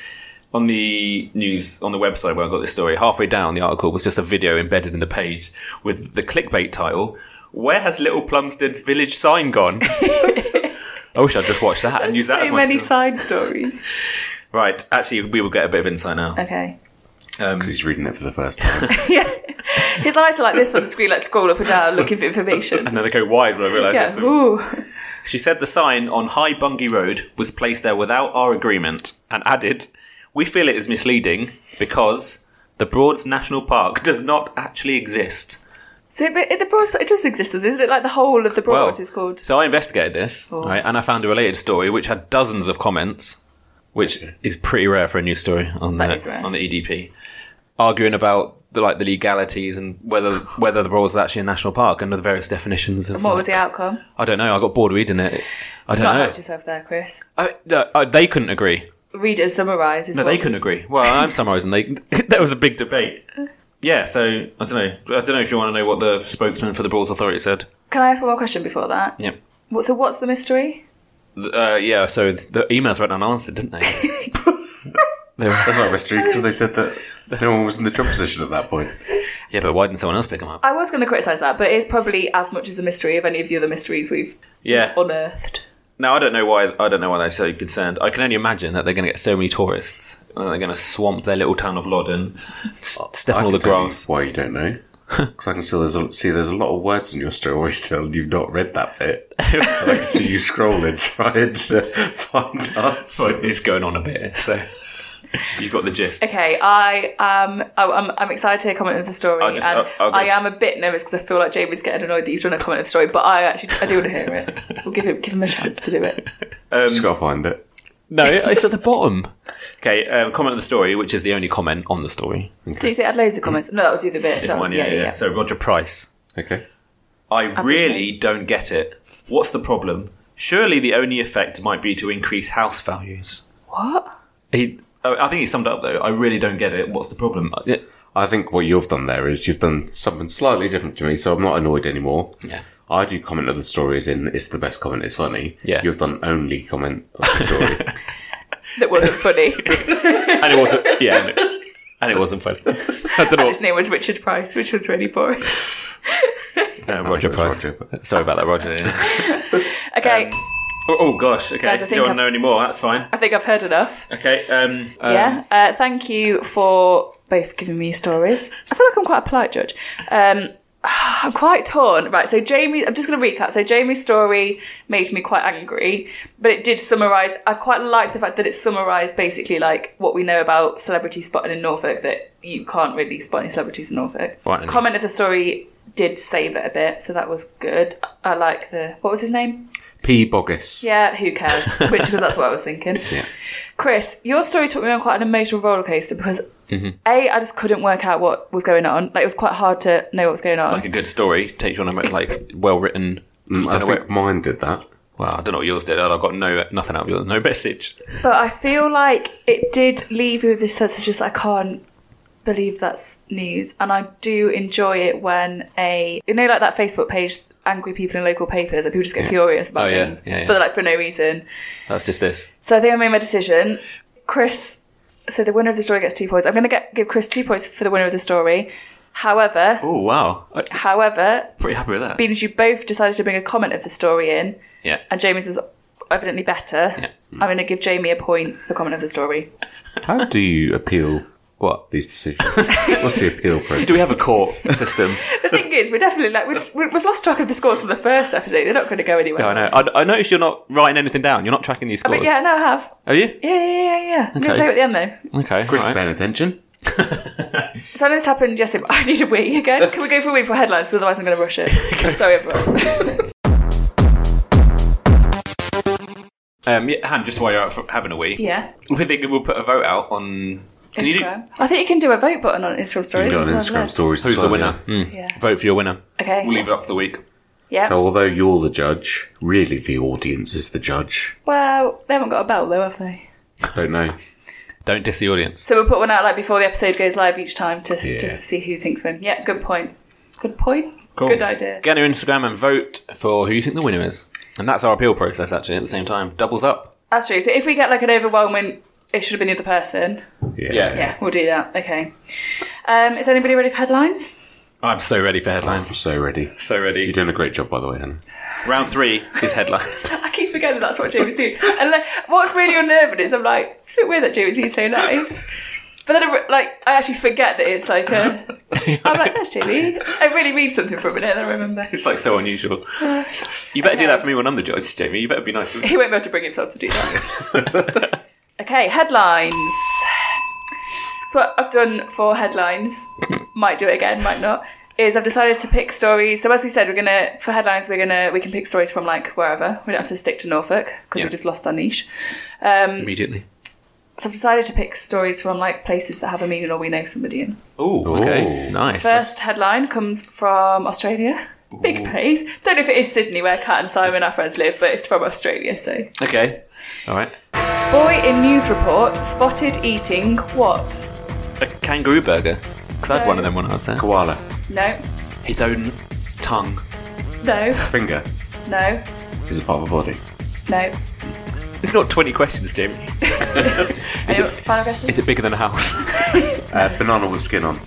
Speaker 3: on the news on the website where I got this story, halfway down the article was just a video embedded in the page with the clickbait title: "Where has Little Plumstead's village sign gone?" I wish I'd just watched that and
Speaker 1: There's
Speaker 3: used that as
Speaker 1: so
Speaker 3: my
Speaker 1: many
Speaker 3: story.
Speaker 1: side stories.
Speaker 3: Right, actually, we will get a bit of insight now.
Speaker 1: Okay.
Speaker 3: Um,
Speaker 2: He's reading it for the first time.
Speaker 1: Yeah. His eyes are like this on the screen, like scroll up and down looking for information.
Speaker 3: and then they go wide when I realise
Speaker 1: Yeah.
Speaker 3: this.
Speaker 1: Ooh.
Speaker 3: She said the sign on High Bungay Road was placed there without our agreement and added, We feel it is misleading because the Broads National Park does not actually exist.
Speaker 1: So it, but it- the Broads, but it does exist, isn't it? Like the whole of the Broads is called.
Speaker 3: So I investigated this,
Speaker 1: Oh.
Speaker 3: right, and I found a related story which had dozens of comments, which is pretty rare for a news story on
Speaker 1: That
Speaker 3: the
Speaker 1: is rare.
Speaker 3: on the EDP, arguing about the, like the legalities and whether whether the Broads is actually a national park and the various definitions of.
Speaker 1: And what
Speaker 3: like-
Speaker 1: was the outcome?
Speaker 3: I don't know. I got bored reading it. I don't
Speaker 1: Not
Speaker 3: know.
Speaker 1: helped yourself there, Chris.
Speaker 3: I, no, I- they couldn't agree.
Speaker 1: Read and summarise. Is
Speaker 3: No,
Speaker 1: what-
Speaker 3: they couldn't agree. Well, I'm summarising. They there was a big debate. Yeah, so I don't know. I don't know if you want to know what the spokesman for the Broads Authority said.
Speaker 1: Can I ask one more question before that?
Speaker 3: Yep.
Speaker 1: What, so what's the mystery?
Speaker 3: Th- Uh, yeah, so th- the emails went unanswered, didn't they? they were,
Speaker 2: That's not mystery because they said that no one was in the job position at that point.
Speaker 3: yeah, but why didn't someone else pick them up?
Speaker 1: I was going to criticise that, but it's probably as much as a mystery of any of the other mysteries we've
Speaker 3: Yeah.
Speaker 1: unearthed.
Speaker 3: Now I don't know why. I don't know why they're so concerned. I can only imagine that they're going to get so many tourists and they're going to swamp their little town of Loddon, s- step
Speaker 2: I
Speaker 3: on all the
Speaker 2: can tell you
Speaker 3: grass.
Speaker 2: Why you don't know? Because I can see there's a, see there's a lot of words in your story still, and you've not read that bit. I can see you scrolling trying to find
Speaker 3: But
Speaker 2: answers.
Speaker 3: it's going on a bit, so you got the gist.
Speaker 1: Okay, I am. oh, I'm, I'm excited to hear comment of the story,
Speaker 3: I'll just-
Speaker 1: and
Speaker 3: I'll- I'll go-
Speaker 1: I am a bit nervous because I feel like Jamie's getting annoyed that you've done a comment of the story. But I actually I do want to hear it. We'll give him give him a chance to do it.
Speaker 2: Just
Speaker 3: um,
Speaker 2: gotta find it.
Speaker 3: No, it's at the bottom. Okay, um, comment on the story, which is the only comment on the story.
Speaker 1: Did you say it had loads of comments? No, that was the other bit.
Speaker 3: It's
Speaker 1: That was-
Speaker 3: mine, yeah, yeah, yeah. So Roger Price.
Speaker 2: Okay.
Speaker 3: I really
Speaker 1: appreciate-
Speaker 3: don't get it. What's the problem? Surely the only effect might be to increase house values.
Speaker 1: What?
Speaker 3: He, oh, I I think he summed it up though. I really don't get it. What's the problem? I-
Speaker 2: I think what you've done there is you've done something slightly different to me, so I'm not annoyed anymore.
Speaker 3: Yeah.
Speaker 2: I do comment of the stories in it's the best comment, it's funny.
Speaker 3: Yeah.
Speaker 2: You've done only comment of the story.
Speaker 1: That wasn't funny.
Speaker 3: And it wasn't. Yeah. And it, and it wasn't funny. I don't know.
Speaker 1: His name was Richard Price, which was really boring.
Speaker 3: what- No, uh, Roger
Speaker 2: it was
Speaker 3: Price.
Speaker 2: Roger, but-
Speaker 3: Sorry about that, Roger. yeah.
Speaker 1: Okay,
Speaker 3: oh, oh, gosh. Okay.
Speaker 1: Guys, I think
Speaker 3: you don't want
Speaker 1: I've-
Speaker 3: to know any more. That's fine.
Speaker 1: I think I've heard enough.
Speaker 3: Okay. Um, um,
Speaker 1: yeah. Uh, thank you for both giving me stories. I feel like I'm quite a polite judge. Um, I'm quite torn. Right, so Jamie, I'm just going to recap. So Jamie's story made me quite angry, but it did summarise. I quite liked the fact that it summarised basically like what we know about celebrity spotting in Norfolk, that you can't really spot any celebrities in Norfolk.
Speaker 3: Right.
Speaker 1: Comment of the story did save it a bit, so that was good. I like the, what was his name?
Speaker 2: P. Boggis.
Speaker 1: Yeah, who cares? Which because that's what I was thinking.
Speaker 2: Yeah.
Speaker 1: Chris, your story took me on quite an emotional roller coaster because
Speaker 3: Mm-hmm.
Speaker 1: a I just couldn't work out what was going on. Like it was quite hard to know what was going on.
Speaker 3: Like a good story takes you on a like well written.
Speaker 2: Mm, I think mine did that.
Speaker 3: Well, I don't know what yours did. I've got no nothing out of yours. No message.
Speaker 1: but I feel like it did leave you with this sense of just I can't believe that's news, and I do enjoy it when a you know like that Facebook page, angry people in local papers, and people just get furious about
Speaker 3: Oh, yeah.
Speaker 1: things,
Speaker 3: Yeah, yeah.
Speaker 1: but like for no reason.
Speaker 3: That's just this.
Speaker 1: So I think I made my decision. Chris, so the winner of the story gets two points. I'm going to get give Chris two points for the winner of the story. However,
Speaker 3: Oh wow! I'm
Speaker 1: however,
Speaker 3: pretty happy with that.
Speaker 1: being as you both decided to bring a comment of the story in,
Speaker 3: yeah.
Speaker 1: and Jamie's was evidently better,
Speaker 3: Yeah. Mm.
Speaker 1: I'm going to give Jamie a point for comment of the story.
Speaker 2: How do you appeal
Speaker 3: What?
Speaker 2: these decisions? What's the appeal process?
Speaker 3: Do we have a court system?
Speaker 1: The thing is, we're definitely like we're, we're- we've lost track of the scores from the first episode. They're not going to go anywhere.
Speaker 3: yeah, I know. I, I noticed you're not writing anything down. You're not tracking these scores.
Speaker 1: But yeah, no, I have.
Speaker 3: Are you?
Speaker 1: Yeah, yeah, yeah, yeah. I'm going
Speaker 3: Okay.
Speaker 1: to tell you at the end though.
Speaker 3: Okay.
Speaker 2: Chris is
Speaker 3: alright.
Speaker 2: paying attention.
Speaker 1: So I know this happened yesterday, but I need a wee again. Can we go for a wee for headlines? 'Cause Otherwise, I'm going to rush it. Sorry, everyone.
Speaker 3: Um, yeah, Han, just while you're out for having a wee,
Speaker 1: Yeah.
Speaker 3: we're thinking we'll put a vote out on. Can you do
Speaker 1: Instagram. I think you can do a vote button on Instagram stories.
Speaker 2: You got on
Speaker 1: as well,
Speaker 2: Instagram stories.
Speaker 3: who's
Speaker 2: as
Speaker 3: the
Speaker 2: well,
Speaker 3: winner?
Speaker 2: yeah.
Speaker 3: Mm.
Speaker 1: Yeah.
Speaker 3: Vote for your winner.
Speaker 1: Okay.
Speaker 3: We'll leave it up for the week.
Speaker 1: yeah.
Speaker 2: So although you're the judge, really the audience is the judge.
Speaker 1: Well, they haven't got a bell though, have they?
Speaker 2: Don't know.
Speaker 3: Don't diss the audience.
Speaker 1: So we'll put one out like before the episode goes live each time to,
Speaker 2: Yeah.
Speaker 1: to see who thinks when. Yeah, good point. Good point. Good idea.
Speaker 3: Get on your Instagram and vote for who you think the winner is, and that's our appeal process. Actually, at the same time, doubles up.
Speaker 1: That's true. So if we get like an overwhelming It should have been the other person.
Speaker 2: Yeah.
Speaker 1: Yeah, we'll do that. Okay. Um, is anybody ready for headlines?
Speaker 4: I'm so ready for
Speaker 2: I'm
Speaker 4: headlines.
Speaker 2: so ready.
Speaker 3: So
Speaker 2: You're
Speaker 3: ready.
Speaker 2: doing a great job, by the way, Hannah.
Speaker 3: Round three is headline.
Speaker 1: I keep forgetting that's what Jamie's doing. And like, what's really unnerving is I'm like, it's a bit weird that Jamie's being so nice. But then, I, re- like, I actually forget that it's like a. I'm like, thanks, Jamie. It really means something for a minute, and I remember.
Speaker 3: It's like so unusual. You better do
Speaker 1: Okay.
Speaker 3: that for me when I'm the judge, Jamie. You better be nice.
Speaker 1: He won't be able to bring himself to do that. okay, headlines. So what I've done for headlines, might do it again, might not. Is I've decided to pick stories. So as we said, we're gonna for headlines, we're gonna we can pick stories from like wherever. We don't have to stick to Norfolk because we
Speaker 3: Yeah.
Speaker 1: just lost our niche. Um,
Speaker 3: Immediately.
Speaker 1: so I've decided to pick stories from like places that have a meaning or we know somebody in.
Speaker 3: Oh, okay.
Speaker 2: Ooh.
Speaker 3: Nice.
Speaker 1: First headline comes from Australia. Big place. Don't know if it is Sydney where Kat and Simon, our friends, live, but it's from Australia, so
Speaker 3: Okay. All right.
Speaker 1: Boy in news report spotted eating what?
Speaker 3: A kangaroo burger. Because I had one of them when I was there.
Speaker 2: Koala.
Speaker 1: No,
Speaker 3: His own tongue.
Speaker 1: no,
Speaker 2: Finger
Speaker 1: no,
Speaker 2: is a part of a body.
Speaker 1: no.
Speaker 3: It's not 20 questions, Jamie.
Speaker 1: Any final guesses?
Speaker 3: Is it bigger than a house?
Speaker 2: Uh, banana with skin on.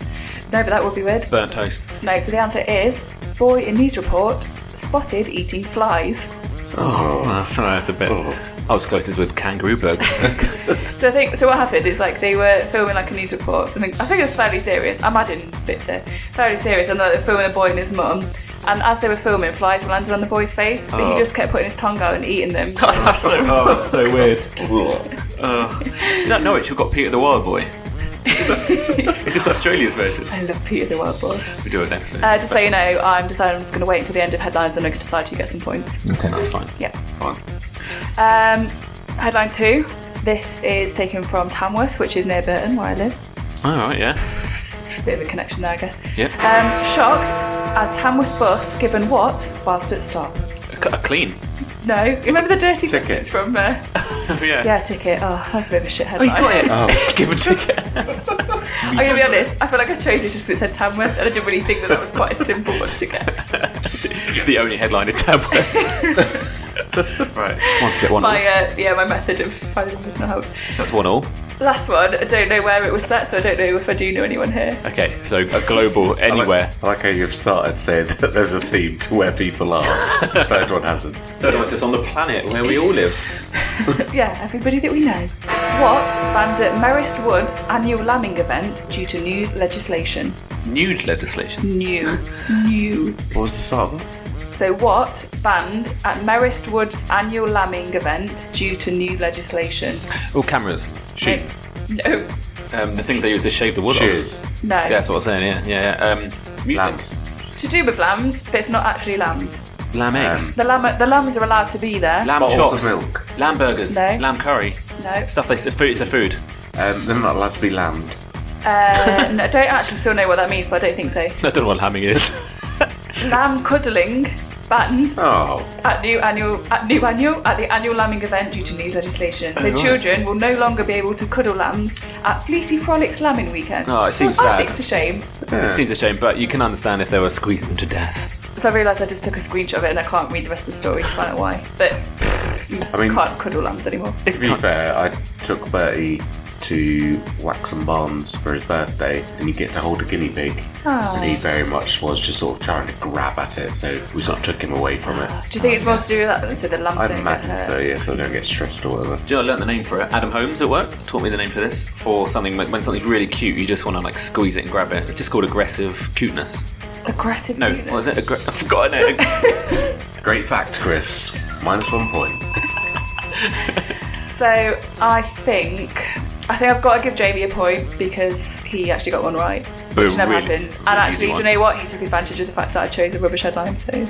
Speaker 1: No, but that would be weird.
Speaker 3: Burnt toast.
Speaker 1: No, so the answer is boy in news report spotted eating flies.
Speaker 3: Oh, that's, that's a bit.
Speaker 2: Oh.
Speaker 3: I was closest with kangaroo burger.
Speaker 1: So I think so. What happened is like they were filming like a news report. Something I think it was fairly serious. I'm adding bits here. Fairly serious, and they were filming a boy and his mum. And as they were filming, flies were landing on the boy's face, but he
Speaker 3: Oh.
Speaker 1: just kept putting his tongue out and eating them.
Speaker 3: that's so, oh, that's so weird. Oh. You don't know it, you've got Peter the Wild Boy. Is this Australia's version?
Speaker 1: I love Peter the Wild Boy.
Speaker 3: We do it next time.
Speaker 1: Uh, just so you know, I'm deciding I'm just going to wait until the end of headlines and I can decide who gets some points.
Speaker 3: Okay, that's fine.
Speaker 1: Yeah.
Speaker 2: Fine.
Speaker 1: Um, headline two. This is taken from Tamworth, which is near Burton, where I live.
Speaker 3: All right, yeah.
Speaker 1: Bit of a connection there, I guess.
Speaker 3: Yep.
Speaker 1: Um, shock. As Tamworth bus given what whilst at stop?
Speaker 3: A, c- a clean.
Speaker 1: No. You remember the dirty
Speaker 2: Ticket.
Speaker 1: tickets from? Uh, yeah, ticket. Oh, that's a bit of a shit headline.
Speaker 3: it.
Speaker 2: Oh.
Speaker 3: Give a ticket.
Speaker 1: I'm gonna be honest. I feel like I chose it just because it said Tamworth, and I didn't really think that that was quite a simple one to get.
Speaker 3: the only headline in Tablet. right. One, get one.
Speaker 1: My uh, yeah, my method of finding this not helped.
Speaker 3: That's one all.
Speaker 1: Last one. I don't know where it was set, so I don't know if I do know anyone here.
Speaker 3: Okay, so a global anywhere.
Speaker 2: I like how you've started saying that there's a theme to where people are. The third one hasn't.
Speaker 3: Third one's just on the planet where we all live.
Speaker 1: Yeah, everybody that we know. What banned at Merris Woods annual lambing event due to new legislation?
Speaker 3: Nude legislation.
Speaker 1: New. new.
Speaker 2: What was the start of it?
Speaker 1: So what banned at Merris Woods annual lambing event due to new legislation?
Speaker 3: Oh, cameras.
Speaker 2: Sheep.
Speaker 1: No.
Speaker 3: Um, the things they use to shave the wool off.
Speaker 2: Shears.
Speaker 1: No.
Speaker 3: Yeah, that's what I was saying, yeah. yeah, yeah. Um, music.
Speaker 2: Lambs.
Speaker 1: It's to do with lambs, but it's not actually lambs.
Speaker 3: Lamb eggs.
Speaker 1: The lamb the lambs are allowed to be there.
Speaker 3: Um, lamb
Speaker 2: Bottles of
Speaker 3: chops.
Speaker 2: milk.
Speaker 3: Lamb burgers.
Speaker 1: No.
Speaker 3: Lamb curry.
Speaker 1: no.
Speaker 3: Stuff they food. It's a food.
Speaker 2: Um, they're not allowed to be lambed.
Speaker 1: Uh, no. I don't actually still know what that means, but I don't think so.
Speaker 3: I don't know what lambing is.
Speaker 1: Lamb cuddling banned
Speaker 2: Oh.
Speaker 1: at new annual at new annual at the annual lambing event due to new legislation.
Speaker 3: Oh,
Speaker 1: So children will no longer be able to cuddle lambs at Fleecy Frolics Lambing Weekend.
Speaker 3: Oh, it seems
Speaker 1: I
Speaker 3: sad.
Speaker 1: think it's a shame.
Speaker 3: It seems a shame, but you can understand if they were squeezing them to death.
Speaker 1: So I realised I just took a screenshot of it and I can't read the rest of the story to find out why. But you
Speaker 2: I mean-
Speaker 1: can't cuddle lambs anymore.
Speaker 2: To be fair, I took Bertie to Wax and Barnes for his birthday, and you get to hold a guinea pig. And he very much was just sort of trying to grab at it, so we sort of took him away from it.
Speaker 1: Do you think
Speaker 3: oh,
Speaker 1: it's more to do with that than so the lambs
Speaker 2: I
Speaker 1: Ah, don't
Speaker 2: imagine
Speaker 1: get hurt?
Speaker 2: so, yeah, so I don't get stressed or whatever.
Speaker 3: Do you know, I learned the name for it. Adam Holmes at work taught me the name for this. For something when when something's really cute, you just want to like squeeze it and grab it. It's just called aggressive cuteness.
Speaker 1: Aggressive.
Speaker 3: No,
Speaker 1: unit.
Speaker 3: what is it? Aggra- I've forgotten it.
Speaker 2: Great fact, Chris. Minus one point.
Speaker 1: So I think I think I've got to give Jamie a point because he actually got one right, which
Speaker 3: Oh,
Speaker 1: never
Speaker 3: really?
Speaker 1: happens. And
Speaker 3: Really
Speaker 1: actually,
Speaker 3: easy
Speaker 1: do you know what? He took advantage of the fact that I chose a rubbish headline. So I'm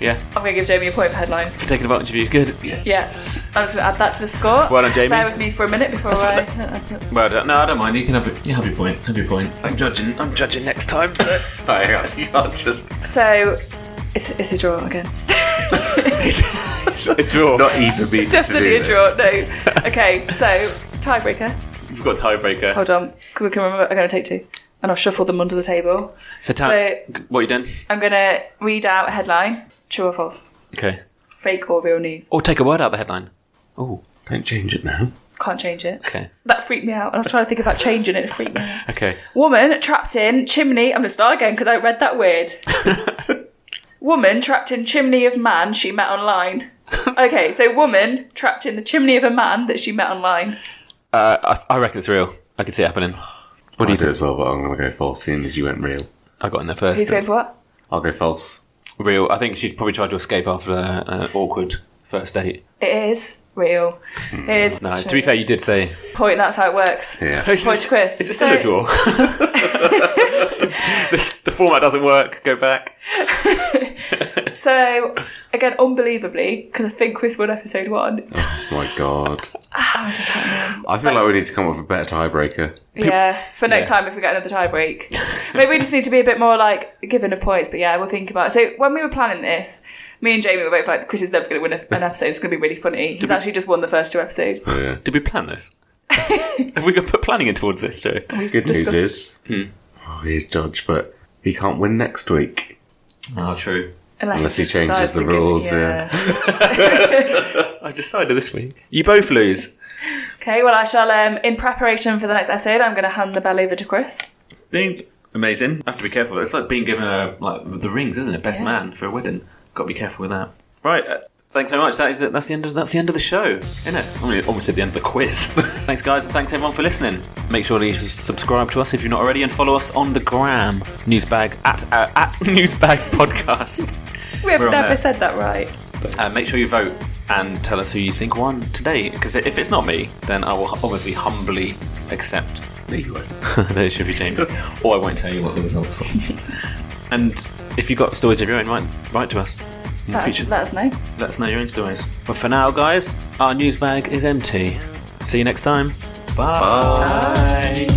Speaker 3: yeah,
Speaker 1: going to give Jamie a point for headlines.
Speaker 3: taking advantage of you. Good.
Speaker 1: Yeah, I'm just going to add that to the score.
Speaker 3: Well done, Jamie.
Speaker 1: Bear with me for a minute before I.
Speaker 3: Well done. No, I don't mind. You can have it. You have your point. Have your point. I'm judging. I'm judging next time. So.
Speaker 2: Hang on, you can't just
Speaker 1: So it's, it's a draw again.
Speaker 3: a draw.
Speaker 2: not even be
Speaker 1: Definitely a
Speaker 2: to do
Speaker 1: draw. No. Okay, so tiebreaker.
Speaker 3: We've got a tiebreaker.
Speaker 1: Hold on, we can remember. I'm going to take two, and I'll shuffle them under the table.
Speaker 3: So, Tan-
Speaker 1: So-
Speaker 3: what are you doing?
Speaker 1: I'm going to read out a headline: true or false,
Speaker 3: Okay.
Speaker 1: fake or real news.
Speaker 3: Or take a word out of the headline. Oh,
Speaker 2: Don't change it now.
Speaker 1: Can't change it.
Speaker 3: Okay.
Speaker 1: That freaked me out, and I was trying to think about changing it. It freaked me. out.
Speaker 3: Okay.
Speaker 1: Woman trapped in chimney. I'm gonna start again because I read that weird. woman trapped in chimney of man she met online. Okay, so woman trapped in the chimney of a man that she met online.
Speaker 3: Uh, I, I reckon it's real. I can see it happening. What do
Speaker 2: I
Speaker 3: you
Speaker 2: do
Speaker 3: think?
Speaker 2: as well, but I'm going to go false seeing as you went real.
Speaker 3: I got in there first.
Speaker 1: Who's going for what?
Speaker 2: I'll go false.
Speaker 3: Real. I think she'd probably try to escape after uh, an awkward first date.
Speaker 1: It is real. It is.
Speaker 3: Hmm. No, to be fair, you did say.
Speaker 1: point. That's how it works.
Speaker 2: Yeah.
Speaker 1: Point to Chris.
Speaker 3: Is it still a
Speaker 1: So-
Speaker 3: draw? the, the format doesn't work. Go back.
Speaker 1: So, again, unbelievably, because I think Chris won episode one.
Speaker 2: Oh my god.
Speaker 1: How is this happening?
Speaker 2: I feel like we need to come up with a better tiebreaker.
Speaker 1: Yeah, for next
Speaker 3: Yeah.
Speaker 1: time if we get another tie break. Maybe we just need to be a bit more like given of points, but yeah, we'll think about it. So, when we were planning this, me and Jamie were both like, Chris is never going to win a- an episode. It's going to be really funny. He's actually just won the first two episodes.
Speaker 2: Yeah.
Speaker 3: Did we plan this? Have we got put planning in towards this, Joe?
Speaker 2: Good
Speaker 1: discussed-
Speaker 2: news is, oh, he's judge, but he can't win next week.
Speaker 3: Oh, true.
Speaker 2: Unless he
Speaker 1: just
Speaker 2: changes
Speaker 1: decides
Speaker 2: the
Speaker 1: to give it-
Speaker 2: rules,
Speaker 3: I decided this week. You both lose.
Speaker 1: Okay, well, I shall, um, in preparation for the next episode, I'm going to hand the bell over to Chris.
Speaker 5: Being amazing. I have to be careful. It's like being given a like the rings, isn't it? Best
Speaker 1: Yeah.
Speaker 5: man for a wedding. Got to be careful with that. Right. Uh, thanks so much. That is it. That's the end. Of, that's the end of the show, isn't it? I mean, almost at the end of the quiz. thanks, guys, and thanks everyone for listening.
Speaker 3: Make sure that you s- subscribe to us if you're not already, and follow us on the gram. Newsbag at uh, at Newsbag Podcast.
Speaker 1: We have
Speaker 5: We're on
Speaker 1: never
Speaker 5: there.
Speaker 1: said that right.
Speaker 5: Uh, make sure you vote.
Speaker 3: and tell us who you think won today. Because if it's not me, then I will obviously humbly accept
Speaker 2: There you go.
Speaker 3: that it should be Jamie, or I won't tell you what the results were. and if you've got stories of your own, write write to us. In the
Speaker 1: That's,
Speaker 3: future,
Speaker 1: that's no.
Speaker 3: let us know your own stories. But for now, guys, our news bag is empty. See you next time.
Speaker 5: Bye.